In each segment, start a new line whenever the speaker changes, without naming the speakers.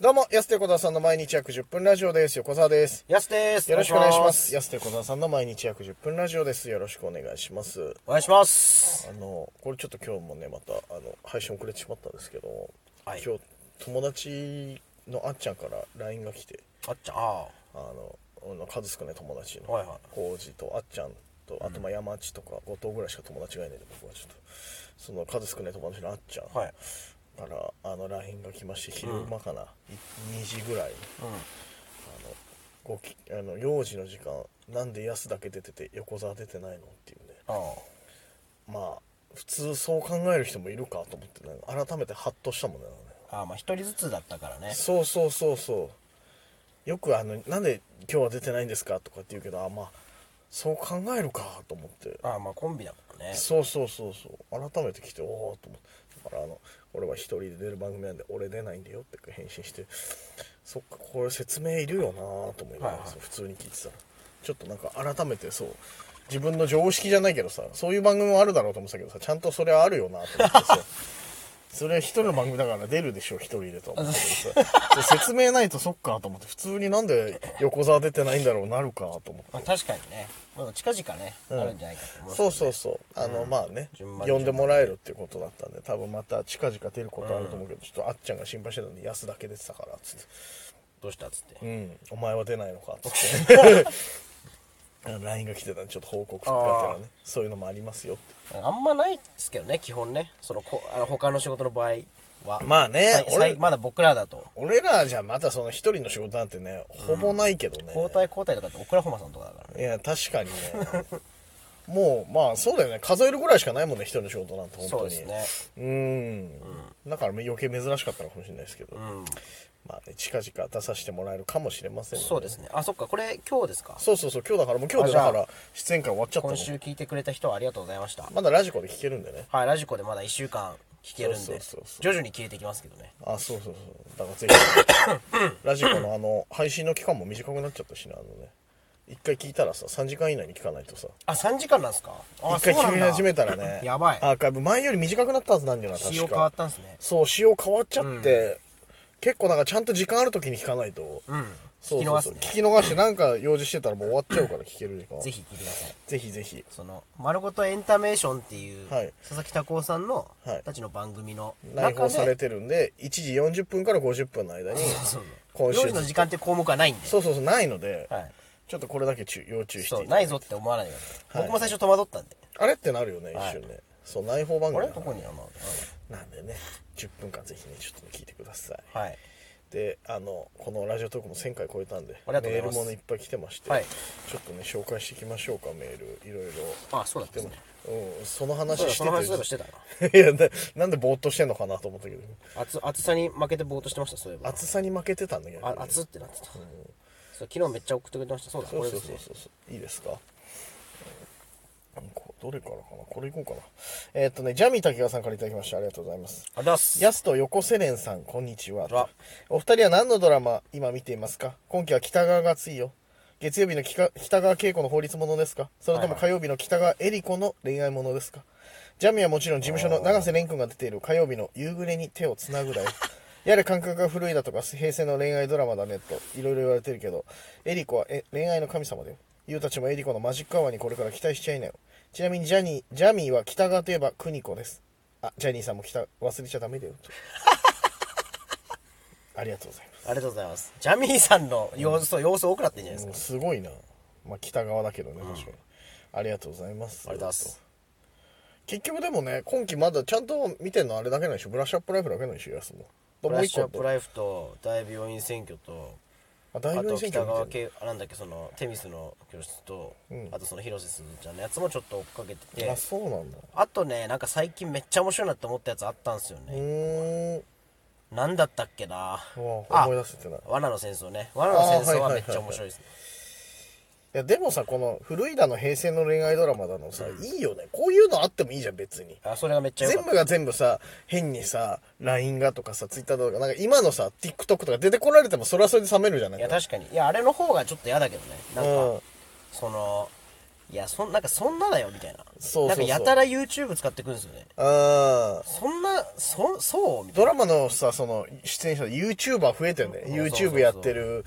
どうも、安手小沢さんの毎日約10分ラジオです。横澤です。
やすです。
よろしくお願いします。。安手小沢さんの毎日約10分ラジオです。よろしくお願いします。
お願いします。
あの、これちょっと今日もね、また、あの、配信遅れてしまったんですけど、
はい
今日、友達のあっちゃんから LINE が来て、
あっちゃん、あ
あの、あの数少ない友達の、
はいはい
浩二とあっちゃんと、あとまあ山地とか後藤ぐらいしか友達がいないんで、僕はちょっと、その数少ない友達のあっちゃん
あ、はい。
から、あの LINE が来まして、昼間かな、い2時ぐらいに。ごきあの幼児の時間なんで安だけ出てて横澤出てないのっていうね
あ
まあ普通そう考える人もいるかと思って、ね、改めてハッとしたもんねなんかね
あ、あまあ一人ずつだったからね。
そうそうそうそうよくあの「なんで今日は出てないんですか?」とかって言うけどあまあそう考えるかと思って
ああ、まあコンビだからね。
そうそうそうそう改めて来ておおと思ってだからあの俺は一人で出る番組なんで俺出ないんだよって返信してそっかこれ説明いるよなと思いながら、
はいはい
普通に聞いてたらちょっとなんか改めてそう自分の常識じゃないけどさそういう番組もあるだろうと思ってたけどさちゃんとそれはあるよなと思って さそれは一人の番組だから出るでしょ一人でとは思ってたけどさそう説明ないとそっかと思って普通になんで横澤出てないんだろうなるかと思って
まあ確かにね。まあ近々ね、あるんじゃないかと思います。
そうそうそうあの、まあね
順番に
呼んでもらえるっていうことだったんで多分また近々出ることあると思うけど、ちょっとあっちゃんが心配してたんで安だけ出てたからっつって
どうしたっつって
「う。んお前は出ないのか」っつ って あの LINE が来てたんでちょっと報告がてらねそういうのもありますよって
あんまないですけどね、基本ね。その、こあの他の仕事の場合は。
まあね
さい
俺
さいまだ僕らだと。
俺らじゃまたその一人の仕事なんてねほぼないけどね、
交代交代とかってオクラホマさんとかだからね。
いや確かにねもうまあそうだよね数えるぐらいしかないもんね一人の仕事なんて本
そ
当
う
に
ですね。
うんだから余計珍しかったのかもしれないですけど、
うん。
まあね、近々出させてもらえるかもしれませんの
そうですね。あ、そっか、これ今日ですか。
そうそうそう今日だからもう今日で
あじ
だ
ゃ
か
あ
ら出演会終わっちゃったの
今週聞いてくれた人はありがとうございました。
まだラジコで聞けるんでね
はい、ラジコでまだ1週間聞けるん
そう
で
そうそうそう、
徐々に消えていきますけどね。
あそうそうそうだからぜひ ラジコのあの配信の期間も短くなっちゃったしねあのね一回聞いたらさ3時間以内に聞かないとさ
あ、3時間なんですかあ、
一回
そうな
聞
ん
き
だ
始めたらね
やばい
アーカイブ前より短くなったはずなんだよな確か
仕様変わったんですね。
そう仕様変わっちゃって、結構なんかちゃんと時間ある時に聞かないと、
うん。
そう
聞き
そうそ
逃す
う
ね。
聞き逃してなんか用事してたらもう終わっちゃうから聞ける時間
ぜひ聞いてください。
ぜひぜひ
その、丸ごとエンタメーションっていう、
はい
佐々木拓夫さんの、
はい
たちの番組の
内
中
包され
で、
てるんで1時40分から50分の間に
そうそう
今
料
週
理の時間って項目はないんで、
そうそうそうないので、
はい。
ちょっとこれだけ注意要注意して
そ
い
う、
た
な
だい
い
て
ぞって思わないでくださ
は
い
い
僕も最初戸惑ったんで。
あれってなるよね一
はい
瞬ね、そう内包番
あ
組
れ
だ
ど
から
こにあの、
なんでね10分間ぜひねちょっとね聞いてください、
うんはい。
であのこのラジオトークも1000回超えたんで
ありがとうござ
メ
い
ール
ます
もねいっぱい来てまして、
はい
ちょっとね紹介していきましょうかメールいろいろ
あ、そうだったんですね。
うん、その話
そうだ、
して
その話そういえばしててたな。
て いやななんでぼーっとしてんのかなと思ったけど
暑暑さに負けてぼーっとしてました、そういえば。
暑さに負けてたんだけど
あ熱ってなってた、そう昨日めっちゃ送ってくれてましたそうだ
そうそう
これ
そう
です
そ
ね
うそういいですかうんこどれからかなこれいこうかなえーっとねジャミー竹川さんからいただきましたありがとうございます
ありがとうございます
ヤスと横セレンさんこんにちは
わ
お二人は何のドラマ今見ていますか今期は北川が熱いよ月曜日のきか北川景子の法律ものですかそれとも火曜日の北川恵理子の恋愛ものですか、ジャミーはもちろん事務所の永瀬廉君が出ている火曜日の夕暮れに手をつなぐだよやれ感覚が古いだとか平成の恋愛ドラマだねといろいろ言われてるけどエリコはえ恋愛の神様だよユウたちもエリコのマジックアワーにこれから期待しちゃいなよちなみにジャニージャミーは北川といえば邦子ですあジャニーさんも北忘れちゃダメだよと ありがとうございます
ありがとうございますジャミーさんの様子、そう様子多くなってんじゃない
も
で
う
す
すごいな、まあ、北側だけどね確かに、ありがとうございます
か、ありがとうございます
結局でもね今期まだちゃんと見てんのあれだけなんでしょブラッシュアップライフだけなんでしょ安も
ブ
も
ラ
う
ッ
一
シュ
個
アップライフと大病院選挙と
あ大
あ
病
と
院選挙
北川
見てんの
家なんだっけそのテミスの教室と、あとその広瀬すずちゃんのやつもちょっと追っかけてて
あそうなんだ
あとねなんか最近めっちゃ面白いなって思ったやつあったんですよ
う
ね、
ーん
なんだったっけな
うわ
あ
思い出せてないい
罠の戦争ね罠の
あ
戦争
ーはいはいはいは
はいめっちゃ面白いですね
やでもさこの古いだの平成の恋愛ドラマだのさ、いいよねこういうのあってもいいじゃん別に
あそれがめっちゃ良
全
かった
部が全部さ変にさ LINE がとかさ Twitter だとかなんか今のさ TikTok とか出てこられてもそれはそれで冷めるじゃない
いや確かにいやあれの方がちょっと嫌だけどねなんか、
うん
そのいやそんなんかそんなだよみたいな
そうそうそう
なんかやたら YouTube 使ってくるんですよね
あー
そんなそそうみたい
ドラマのさその出演者で YouTuber 増えてんね
そうそうそう
YouTube やってる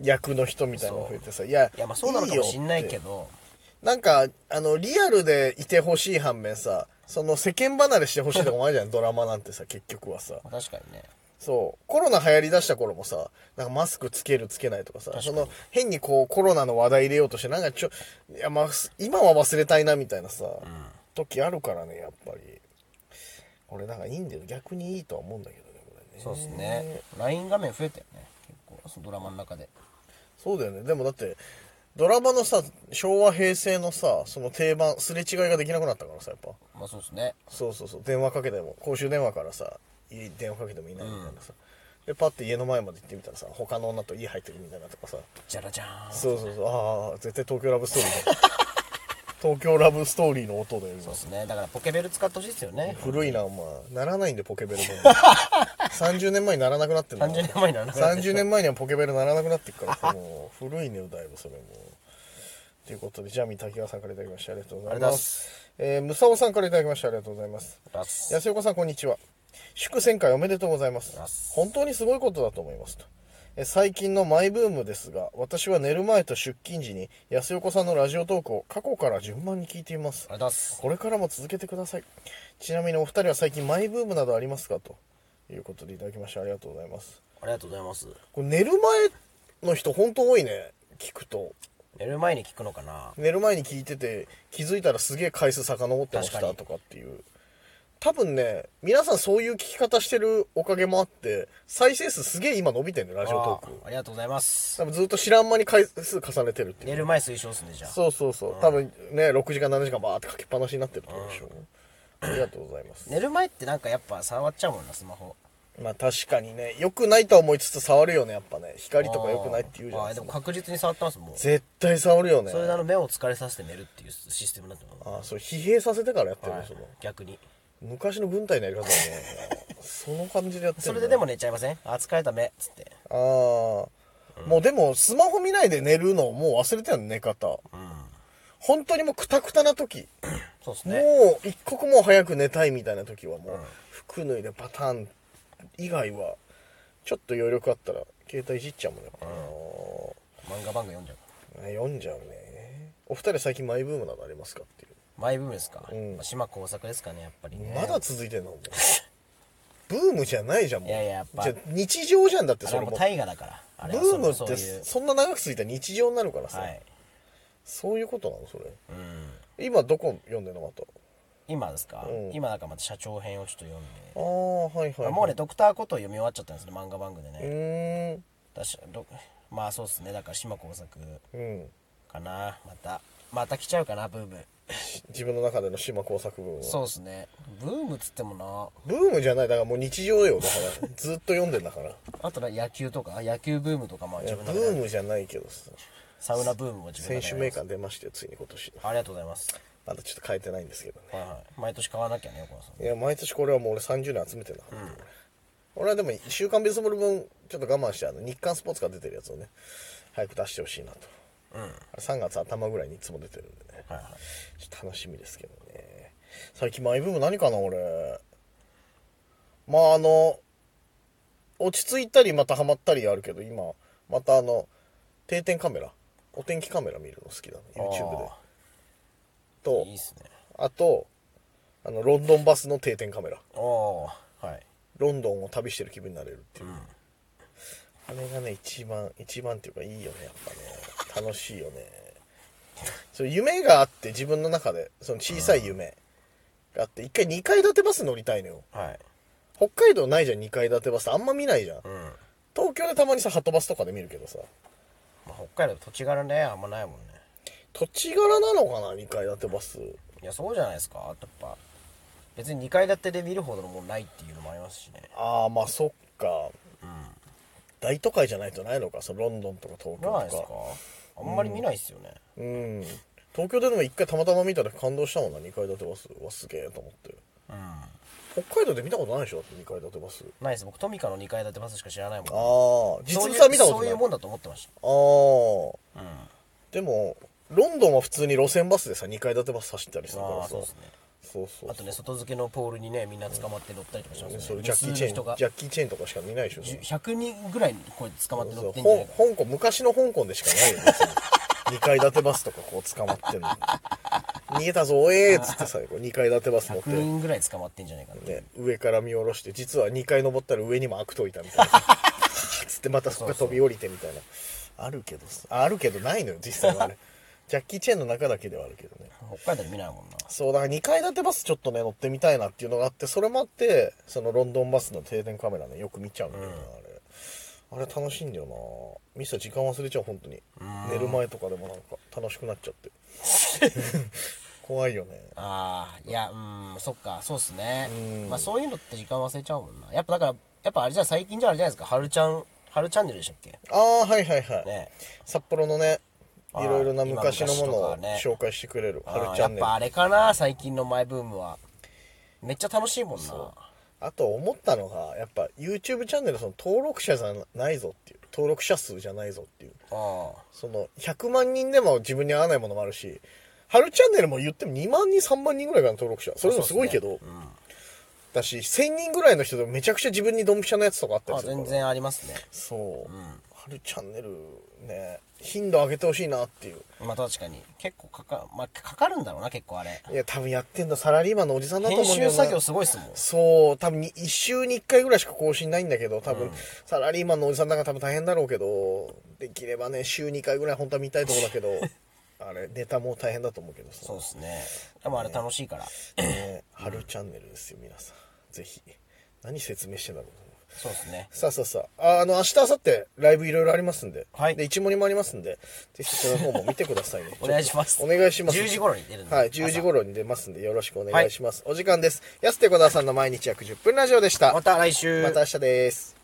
役の人みたいなの増えてさいや
ないやまあそうなのかもしんないけ
ど
ど
なんかあのリアルでいてほしい反面さその世間離れしてほしいとかもあるじ ゃんドラマなんてさ結局はさ
まあ確かにね
そうコロナ流行りだした頃もさなんかマスクつけるつけないとかさその変にこうコロナの話題入れようとしてなんかちょいや、まあ、す今は忘れたいなみたいなさ、時あるからねやっぱり俺なんかいいんだよ逆にいいとは思うんだけどねこれね
そうですね LINE 画面増えたよね結構そのドラマの中で
そうだよねでもだってドラマのさ昭和平成のさその定番すれ違いができなくなったからさやっぱ
まあそうですね
そうそうそう電話かけても公衆電話からさ家に電話かけてもいないみたいなさ、でパッて家の前まで行ってみたらさ他の女と家入ってるみたいなとかさ
じゃらじゃーん
そうそうそうああ絶対東京ラブストーリー だ東京ラブストーリーの音だよ
そう
今
ですねだからポケベル使ってほしいですよね
古いなお前ならないんでポケ ベルも30年前にならなくなってんの
30年前にならなくなって
30年前にはポケベルならなくなってっからさもう古いねだいぶそれもということでジャミ滝川さんからいただきましてありがとうござい
ありがと
ま
うございます
えームサオさんからいただきましてありがとうございます
ラス
安岡さんこんにちは祝1000回おめでとうございます
あす
本当にすごいことだと思いますとえ最近のマイブームですが私は寝る前と出勤時に安岡さんのラジオトークを過去から順番に聞いています
あれだっす
これからも続けてくださいちなみにお二人は最近マイブームなどありますかということでいただきましてありがとうございます
ありがとうございます
これ寝る前の人本当多いね聞くと
寝る前に聞くのかな
寝る前に聞いてて気づいたらすげえ回数遡ってまし
確か
た
に
とかっていう多分ね皆さんそういう聞き方してるおかげもあって再生数すげえ今伸びてんねラジオトーク
あありがとうございます
多分ずっと知らん間に回数重ねてるっていう
寝る前推奨っすねじゃあ
そうそうそう多分ね6時間7時間バーってかけっぱなしになってるってことでしょありがとうございます
寝る前ってなんかやっぱ触っちゃうもんなスマホ
まあ確かにね良くないとは思いつつ触るよねやっぱね光とか良くないって言うじゃ
あ
な
ー
いで
ですも
か
確実に触ってますもんそ
絶対触るよね
れであの目を疲れさせて寝るっていうシステムなんだと思
ああそれ疲弊させてからやってる
う
の
はい
その
逆に
昔の軍隊のやり方 だねその感じでやってる
それででも寝ちゃいませんあー疲れた目っつって
ああー、もうでもスマホ見ないで寝るのもう忘れてるの寝方
うん
本当にもうクタクタな時、
そうですね
もう一刻も早く寝たいみたいな時はもう、服脱いでパターン以外はちょっと余力あったら携帯いじっちゃうもんね、やっぱ
漫画番組読んじゃう
な読んじゃうねお二人最近マイブームなどありますかっていう
マイブームですか、
ん
まあ島工作ですかねやっぱりね
まだ続いてんのもうブームじゃないじゃんもう
いやいややっぱ
じゃあ日常じゃんだって
あ
そ
れ
れ
は
も
もう大河だからあれ
ブー
は
ム
そ
っ
うそう
て
いう
そんな長く続いたら日常になるからさ、
はい、
そういうことなのそれ
うん、
今どこ読んでんのまた
今ですか、
うん
今なんかまた社長編をちょっと読んで
ああはいはい、はい、
もうね、ドクターことを読み終わっちゃったんですね、漫画番組で
う
ね。
ーん
だしどまあそうですね、だから島工作
うん
かな、また。また来ちゃうかな、ブーム。
し自分の中での島工作文は
そうですね。ブームっつっても
ブームじゃないだからもう日常よだ からずっと読んでんだから
な、あとな野球とか、野球ブームとか、まあ
いや
自
ブ
分の中
ー
で、
ムじゃないけどさ
サウナブームも自分
選
の中
手
で
名鑑出ましたよついに今年
ありがとうございます。
まだちょっと変えてないんですけどね
はいはい。毎年買わなきゃね、横山さん。
いや毎年これはもう俺30年集めてんだから、俺はでも「週刊ベースボール分」ちょっと我慢してあの日刊スポーツが出てるやつをね早く出してほしいなと、あれ3月頭ぐらいにいつも出てるんでね
はいはい。
ちょっと楽しみですけどね最近マイブーム何かな俺まああの落ち着いたりまたハマったりあるけど今またあの定点カメラお天気カメラ見るの好きだね YouTube で
あ
と
ーいいっすね。
あとあのロンドンバスの定点カメラ
おー、はい。
ロンドンを旅してる気分になれるっていう、あれがね一番一番っていうかいいよねやっぱね楽しいよねそう夢があって自分の中でその小さい夢があって一回2階建てバス乗りたいのよ
はい。
北海道ないじゃん2階建てバスあんま見ないじゃん
うん。ま
東京でたまにさはとバスとかで見るけどさ
あ、北海道土地柄ね、あんまないもんね。
土地柄なのかな2階建てバス
いや、そうじゃないですか。やっぱ、別に2階建てで見るほどのもんないっていうのもありますしね。
ああまあそっか、大都会じゃないとないのかそのロンドンとか東
見ない
京
です
と
か
か
あんまり見ないっすよね、
うん東京ででも一回たまたま見たら感動したもんな2階建てバスうわすげえと思って北海道で見たことないでしょだって2階建てバス
ないです僕トミカの2階建てバスしか知らないもん
ああ
そう
実
いう
物は見たこと
そう
ないいう
もんだと思ってまし
ああ
た、うん、
でもロンドンは普通に路線バスでさ2階建てバス走ったりするから
ああ
さ
そうですね
そうそう
あとね外付けのポールにねみんな捕まって乗ったりとかしますよね
それジャッキー・チェ
無数
ー
の人
ン
が
ジャッキー・チェーンとかしか見ないでしょそれ
100人ぐらいこれ捕まって乗
そう
ってんじゃないか
ほん香港昔の香港でしかないよね2階建てバスとかこう捕まってん の逃げたぞおえーっつって最後2階建てバス乗って
100人ぐらい捕まってんじゃないかな
ね、上から見下ろして実は2階登ったら上にも悪党いたみたいな つってまたそこから飛び降りてみたいなあるけどさああるけどないのよ実際はあれ ジャッキー・チェーンの中だけではあるけどね
北海道で見ないもんな
そうだから2階建てバスちょっとね乗ってみたいなっていうのがあってそれもあってそのロンドンバスの定点カメラねよく見ちゃうんだよな、あれあれ楽しいんだよなミスター時間忘れちゃう本当に寝る前とかでもなんか楽しくなっちゃって 怖いよね
ああいやうんそっかそうっすねまあそういうのって時間忘れちゃうもんなやっぱだからやっぱあれじゃ最近じゃあれじゃないですか春ちゃん春チャンネルでしたっけ
ああはいはいはい、
ね
札幌のねい
はい
ろいろな昔のもの
今
を
昔とかね
紹介してくれる「
あ
春
ー
チ
や
ャ
っ
ンネル
ぱ」あれかな最近のマイブームはめっちゃ楽しいもんな
あと思ったのがやっぱ YouTube チャンネルその登録者じゃないぞっていう登録者数じゃないぞっていう
あ
その100万人でも自分に合わないものもあるし春チャンネルも言っても2万人3万人ぐらいが登録者それでもすごいけど、だし1000人ぐらいの人でもめちゃくちゃ自分にドンピシャのやつとかあった
ー
り
あ
するから
全然ありますね
そう、春チャンネルね頻度上げてほしいなっていう
まあ確かに結構かか,、まあ、かかるんだろうな結構あれ
いや多分やってんだサラリーマンのおじさんだと
編
思うんだよ
集
な
作業すごいっすもん
そう、多分に一週に一回ぐらいしか更新ないんだけど、多分、サラリーマンのおじさんなんか多分大変だろうけど、できればね、週2回ぐらい本当は見たいとこだけど、 あれ、ネタも大変だと思うけどさ、
そうっすねでもあれ楽しいから
ね、春チャンネルですよ、皆さん。ぜひ。何説明してんだろう。
そうっすね
さあさあさあ、ああの、明日、明後日、ライブいろいろありますんで、
はい
で、一森もありますんで、ぜひそちらの方も見てくださいね
。お願いします
お願いします。
10時頃に出るんで
はい、10時頃に出ますんで、よろしくお願いします。お時間です。安手小田さんの毎日約10分ラジオでした。
また来週
また明日です。